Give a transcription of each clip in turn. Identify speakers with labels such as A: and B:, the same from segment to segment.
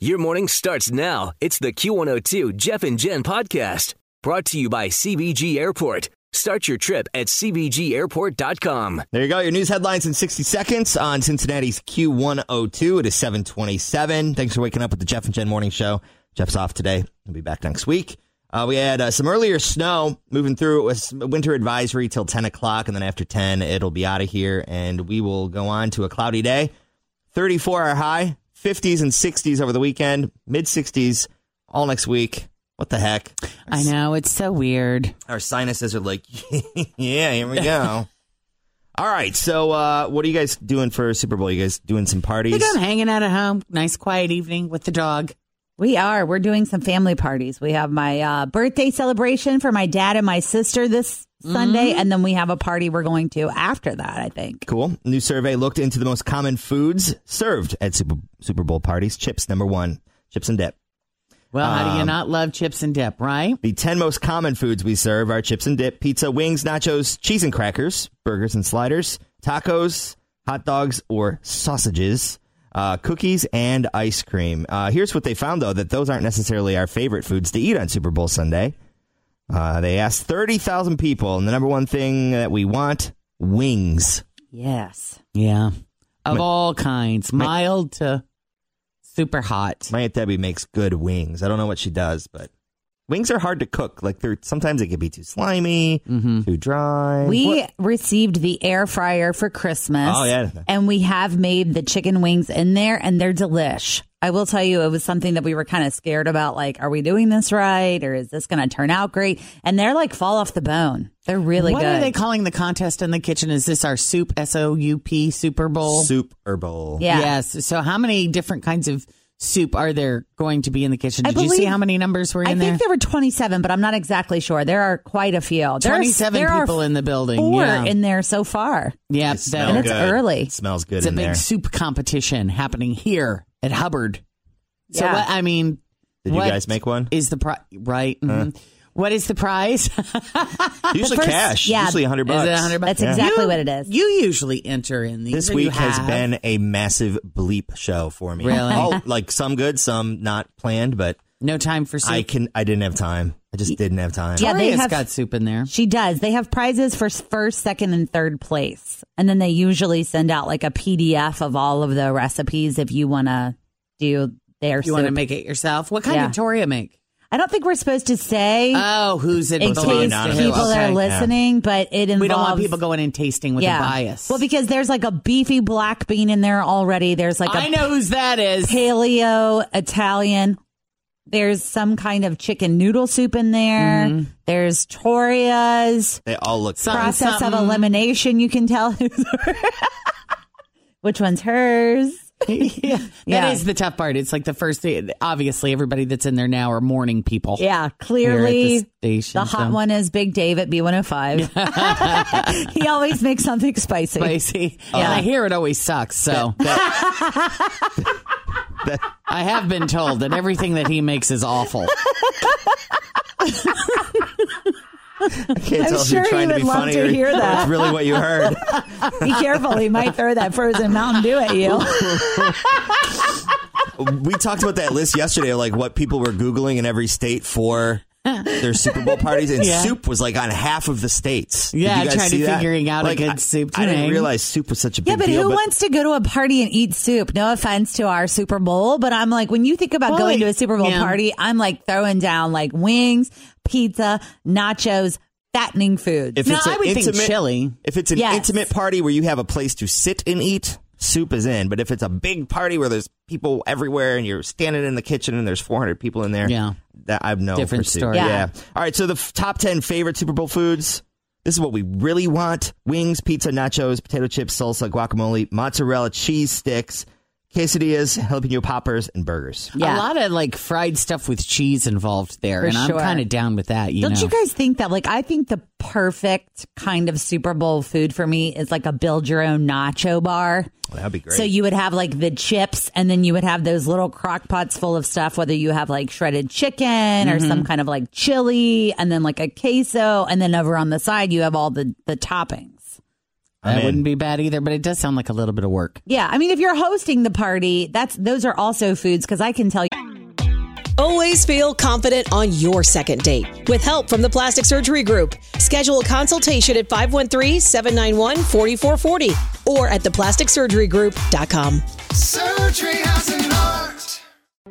A: Your morning starts now. It's the Q102 Jeff and Jen podcast brought to you by CBG Airport. Start your trip at CBGAirport.com.
B: There you go. Your news headlines in 60 seconds on Cincinnati's Q102. It is 727. Thanks for waking up with the Jeff and Jen Morning Show. Jeff's off today. He'll be back next week. Uh, we had uh, some earlier snow moving through. It was winter advisory till 10 o'clock. And then after 10, it'll be out of here. And we will go on to a cloudy day. 34 our high, 50s and 60s over the weekend, mid 60s all next week. What the heck?
C: I know Oh, it's so weird.
B: our sinuses are like, yeah, here we go. All right, so uh, what are you guys doing for Super Bowl? You guys doing some
C: I
B: parties?
C: think I'm hanging out at home, nice quiet evening with the dog.
D: We are. We're doing some family parties. We have my uh, birthday celebration for my dad and my sister this Sunday,
C: Mm-hmm.
D: and then we have a party we're going to after that, I think.
B: Cool. New survey looked into the most common foods served at Super, Super Bowl parties. Chips, number one. Chips and dip.
C: Well, how do you not love chips and dip, right?
B: The 10 most common foods we serve are chips and dip, pizza, wings, nachos, cheese and crackers, burgers and sliders, tacos, hot dogs or sausages, uh, cookies, and ice cream. Uh, here's what they found, though, that those aren't necessarily our favorite foods to eat on Super Bowl Sunday. Uh, they asked 30,000 people, and the number one thing that we want wings.
D: Yes.
C: Yeah, of all kinds, mild to super hot.
B: My Aunt Debbie makes good wings. I don't know what she does, but wings are hard to cook. Like, they're sometimes it can be too slimy, too dry.
D: We received the air fryer for Christmas.
B: Oh, yeah.
D: And we have made the chicken wings in there, and they're delish. I will tell you, it was something that we were kind of scared about. Like, are we doing this right? Or is this going to turn out great? And they're like fall off the bone. They're really
C: what
D: good.
C: are they calling the contest in the kitchen? Is this our soup S O U P Super Bowl?
B: Soup herbal.
D: Yeah.
C: Yes. So, how many different kinds of soup are there going to be in the kitchen?
D: I
C: Did you see
D: believe-
C: how many numbers were in
D: I
C: there?
D: think there were 27, but I'm not exactly sure. There are quite a few. There are-
C: 27
D: there are
C: people in the building.
D: Four
C: yeah.
D: in there so far.
C: yeah.
B: They
C: that-
B: smell
D: And it's
B: good.
D: early.
B: It smells good
C: it's a
B: in
C: big
B: there.
C: soup competition happening here at Hubbard. So
D: Yeah.
C: what I mean,
B: Did you
C: what
B: guys make one?
C: Is the prize right? mhm. What is the prize?
B: Usually
D: first-
B: cash.
D: yeah.
B: Usually 100 bucks.
C: Is it 100 bucks?
D: That's exactly
C: You-
D: what it is.
C: You usually enter in these.
B: This
C: or you
B: week has
C: have.
B: been a massive bleep show for me.
C: Really?
B: All, like some good, some not planned, but
C: no time for soup.
B: I can I didn't have time. I just didn't have time.
D: Yeah, they
C: Maria's
D: have-
C: got soup in there.
D: She does. They have prizes for first, second, and third place. And then they usually send out like a PDF of all of the recipes if you want to do their
C: You want to
D: soup.
C: make it yourself? What kind
D: Yeah.
C: did Toria make?
D: I don't think we're supposed to say
C: Oh, who's it?
D: in
B: belongs to
D: case
B: anonymous.
D: people
C: Okay.
D: are listening, but it involves.
C: We don't want people going in tasting with
D: yeah.
C: a bias.
D: Well, because there's like a beefy black bean in there already. There's like a
C: I know whose that is.
D: paleo Italian. There's some kind of chicken noodle soup in there.
C: Mm-hmm.
D: There's Toria's
B: They all look
C: Some-
B: great.
D: process
C: something.
D: of elimination. You can tell who's which one's hers.
C: yeah. That is
D: Yeah.
C: the tough part. It's like the first thing. Obviously, everybody that's in there now are morning people.
D: Yeah,
C: here at
D: clearly
C: the, station,
D: the hot
C: so.
D: one is Big Dave at B105. he always makes something spicy.
C: Spicy.
D: Yeah.
C: And I hear it always sucks. So I have been told that everything that he makes is awful.
B: I can't
D: I'm
B: tell
D: sure
B: if
D: you
B: you're trying to
D: would
B: be
D: love
B: funny
D: to
B: or-
D: hear
B: or
D: that.
B: It's really what you heard.
D: Be careful, he might throw that frozen Mountain Dew at you.
B: we talked about that list yesterday, like what people were Googling in every state for their Super Bowl parties, and
C: Yeah.
B: soup was like on half of the states. Did
C: Yeah,
B: you guys
C: I tried
B: see
C: to
B: that?
C: figuring out a
B: Like,
C: good
B: I-
C: soup
B: I didn't
C: thing.
B: realize soup was such a big
D: Yeah, but
B: deal.
D: who wants to go to a party and eat soup? No offense to our Super Bowl, but I'm like, when you think about
C: Well,
D: going to a
C: like,
D: Super Bowl
C: yeah.
D: party, I'm like throwing down like wings, pizza, nachos, fattening foods.
B: If
C: No,
B: it's an
C: I would think
B: intimate,
C: chili.
B: If it's an
D: Yes.
B: intimate party where you have a place to sit and eat, soup is in. But if it's a big party where there's people everywhere and you're standing in the kitchen and there's 400 people in there,
C: Yeah.
B: that I've no
C: Different
B: for soup.
C: story.
D: Yeah.
B: All right. So the f- top 10 favorite Super Bowl foods. This is what we really want: wings, pizza, nachos, potato chips, salsa, guacamole, mozzarella cheese sticks, quesadillas, jalapeno poppers, and burgers.
C: A
D: Yeah.
C: lot of like fried stuff with cheese involved there,
D: For
C: and I'm
D: sure.
C: kind of down with that. You
D: Don't
C: know,
D: you guys think that like I think the perfect kind of Super Bowl food for me is like a build your own nacho bar.
B: that'd be great.
D: So you would have like the chips and then you would have those little crock pots full of stuff, whether you have like shredded chicken or
B: Mm-hmm.
D: some kind of like chili and then like a queso. And then over on the side, you have all the, the toppings.
B: I'm
C: that
B: in.
C: wouldn't be bad either. But it does sound like a little bit of work.
D: Yeah. I mean, if you're hosting the party, that's, those are also foods. Cause I can tell you
E: Always feel confident on your second date. With help from the Plastic Surgery Group, schedule a consultation at 513-791-4440 or at theplasticsurgerygroup.com.
F: Surgery has an art.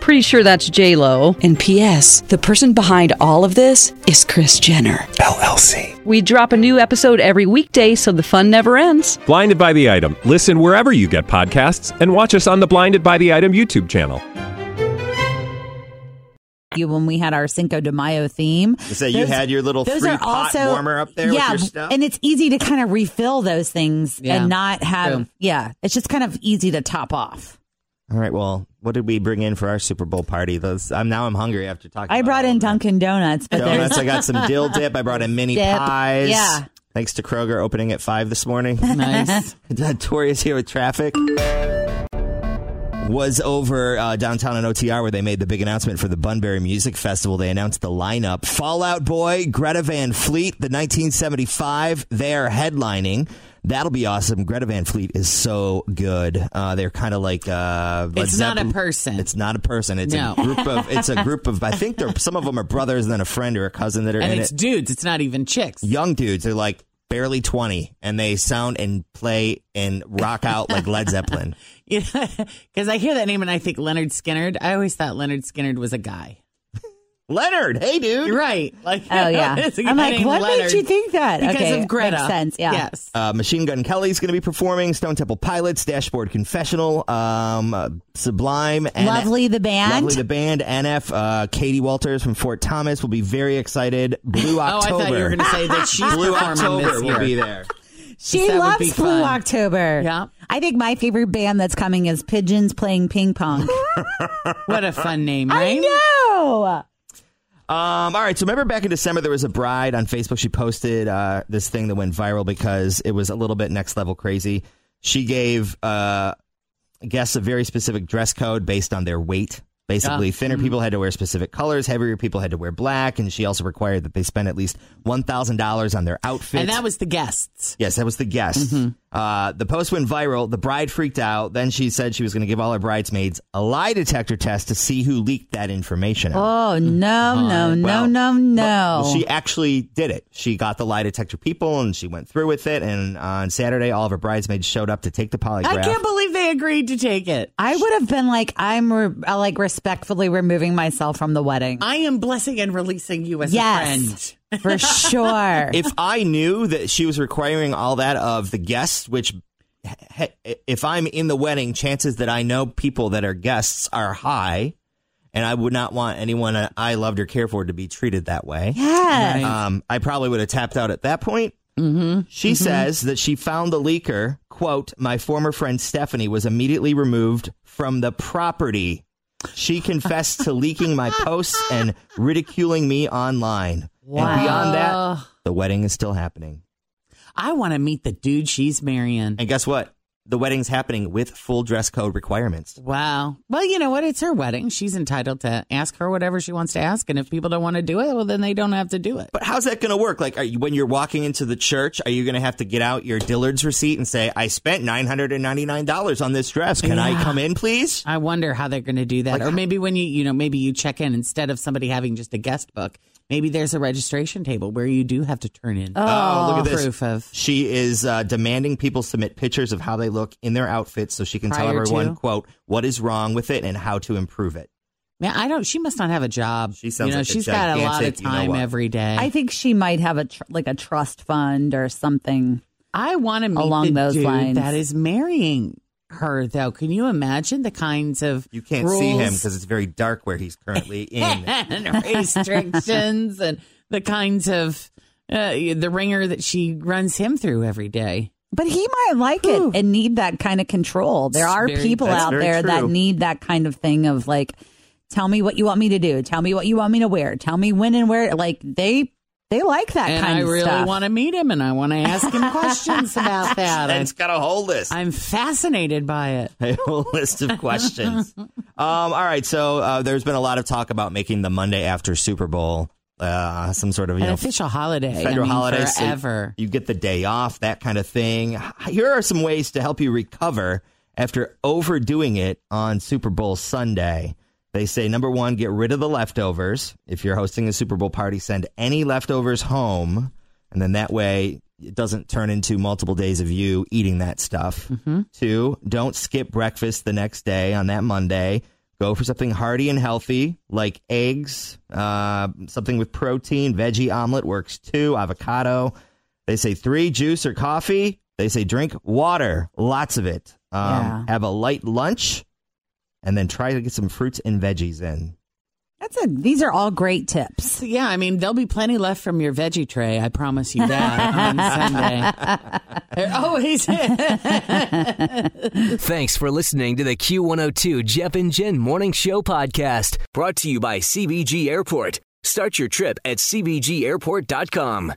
G: Pretty sure that's J Lo.
E: Oh, And PS, the person behind all of this is Chris Jenner.
H: LLC.
G: We drop a new episode every weekday, so the fun never ends.
H: Blinded by the item. Listen wherever you get podcasts, and watch us on the Blinded by the Item YouTube channel.
D: when we had our Cinco de Mayo theme,
B: Is that you had your little
D: those
B: three
D: are
B: pot
D: also-
B: warmer up there with
D: Yeah,
B: your stuff?
D: and it's easy to kind of refill those things
C: Yeah,
D: and not have.
C: true.
D: Yeah, it's just kind of easy to top off.
B: All right. Well, what did we bring in for our Super Bowl party? Those, I'm now I'm hungry after talking.
D: I
B: about
D: brought
B: all
D: in
B: of that.
D: Dunkin' Donuts, but
B: donuts. I
D: there's
B: got some dill dip. I brought in mini
D: Dip.
B: pies.
D: Yeah.
B: Thanks to Kroger opening at five this morning.
C: Nice.
B: Tori is here with traffic. Was over uh, downtown in OTR where they made the big announcement for the Bunbury Music Festival. They announced the lineup: Fallout Boy, Greta Van Fleet, the 1975. They are headlining. That'll be awesome. Greta Van Fleet is so good. Uh, they're kind of like uh, Led
C: It's not a
B: Zeppelin-
C: person.
B: It's not a person. It's
C: No.
B: a group of. It's a group of. I think they're some of them are brothers and then a friend or a cousin that are
C: and
B: in
C: it's
B: it.
C: dudes. It's not even chicks.
B: Young dudes. They're like barely twenty, and they sound and play and rock out like Led Zeppelin.
C: Because I hear that name and I think Leonard Skinnerd. I always thought Leonard Skinnerd was a guy.
B: Leonard, hey dude.
C: You're right. Like,
D: oh yeah.
C: it's a guy
D: I'm like,
C: named
D: what
C: Leonard
D: made you think that?
C: Because
D: okay,
C: of Greta.
D: makes sense. Yeah.
C: Yes.
B: Uh, Machine Gun Kelly's going to be performing. Stone Temple Pilots, Dashboard Confessional, um, uh, Sublime, and
D: Lovely the band.
B: Lovely the band. NF, uh, Katie Walters from Fort Thomas will be very excited. Blue
C: Oh, I
B: October.
C: thought you were going to say that she's
B: Blue
C: performing
B: October
C: this year.
B: will be there.
D: she
C: That would be
D: loves Blue
C: fun.
D: October.
C: Yeah.
D: I think my favorite band that's coming is Pigeons Playing Ping Pong.
C: What a fun name,
D: I
C: right?
D: know.
B: Um, all right, so remember back in December, there was a bride on Facebook. She posted uh, this thing that went viral because it was a little bit next level crazy. She gave uh, guests a very specific dress code based on their weight. Basically,
C: Ah,
B: thinner
C: mm-hmm.
B: people had to wear specific colors, heavier people had to wear black, and she also required that they spend at least $1,000 on their outfits.
C: And that was Mm-hmm. the guests.
B: Yes, that was the guest. Uh, the post went viral. The bride freaked out. Then she said she was going to give all her bridesmaids a lie detector test to see who leaked that information. out.
D: Oh no, no, no,
B: Well,
D: no,
B: Well,
D: no.
B: She actually did it. She got the lie detector people and she went through with it. And on Saturday, all of her bridesmaids showed up to take the polygraph.
C: I can't believe they agreed to take it.
D: I would have been like, I'm re- uh, like respectfully removing myself from the wedding
C: I am blessing and releasing you as a
D: Yes.
C: friend.
D: for sure.
B: if I knew that she was requiring all that of the guests, which he- he- if I'm in the wedding, chances that I know people that are guests are high. And I would not want anyone I loved or cared for to be treated that way.
D: yes.
B: Um, I probably would have tapped out at that point. Mm-hmm. She says that she found the leaker. "Quote: My former friend Stephanie was immediately removed from the property. She confessed to leaking my posts and ridiculing me online. And beyond that, the wedding is still happening.
C: I want to meet the dude she's marrying.
B: And guess what? the wedding's happening with full dress code requirements.
C: Wow. Well, you know what? It's her wedding. She's entitled to ask her whatever she wants to ask. And if people don't want to do it, well, then they don't have to do it.
B: But how's that going to work? Like, are you, when you're walking into the church, are you going to have to get out your Dillard's receipt and say, "I spent nine hundred and ninety nine dollars on this dress. Can I
C: Yeah.
B: come in, please?"
C: I wonder how they're going to do that.
B: Like-
C: or maybe when you, you know, maybe you check in instead of somebody having just a guest book, maybe there's a registration table where you do have to turn in.
B: Oh, look at this.
C: Proof of.
B: She is uh, demanding people submit pictures of how they look in their outfits so she can tell
C: Prior
B: everyone,
C: to?
B: quote, what is wrong with it and how to improve it.
C: Man, I don't, she must not have a job. She
B: sounds
C: You know,
B: like a
C: she's got a lot of
B: gigantic you know
C: time
B: what.
C: every day.
D: I think she might have a tr- like a trust fund or something.
C: I want to meet
D: along
C: the
D: those
C: dude
D: lines.
C: That is marrying her, though. Can you imagine the kinds of
B: You can't see him because it's very dark where he's currently in.
C: and restrictions and the kinds of uh, the ringer that she runs him through every day.
D: But he might like it and need that kind of control. There
C: It's
D: are
C: very-
D: people
C: That's
D: out
C: very
D: there that
C: true.
D: need that kind of thing of like, tell me what you want me to do. Tell me what you want me to wear. Tell me when and where. Like they they like that
C: and
D: kind
C: I
D: of
C: really
D: stuff.
C: want to meet him, and I want to ask him questions about that.
B: Jen's got a whole list.
C: I'm fascinated by it.
B: a whole list of questions. um, all right, so uh, there's been a lot of talk about making the Monday after Super Bowl uh, some sort of you
C: An
B: know
C: official holiday. I
B: federal
C: mean,
B: holiday so
C: Forever.
B: you get the day off, that kind of thing. Here are some ways to help you recover after overdoing it on Super Bowl Sunday. They say number one, get rid of the leftovers. If you're hosting a Super Bowl party, send any leftovers home. And then that way it doesn't turn into multiple days of you eating that stuff.
C: Mm-hmm.
B: Two, don't skip breakfast the next day on that Monday. Go for something hearty and healthy like eggs, uh, something with protein, veggie omelet works too, avocado. They say three, juice or coffee. They say drink water, lots of it. Um,
D: Yeah.
B: Have a light lunch and then try to get some fruits and veggies in.
D: That's a. These are all great tips.
C: So, yeah, I mean, there'll be plenty left from your veggie tray. I promise you that on Sunday. There always
A: Thanks for listening to the Q102 Jeff and Jen Morning Show podcast, brought to you by CBG Airport. Start your trip at CBGAirport.com.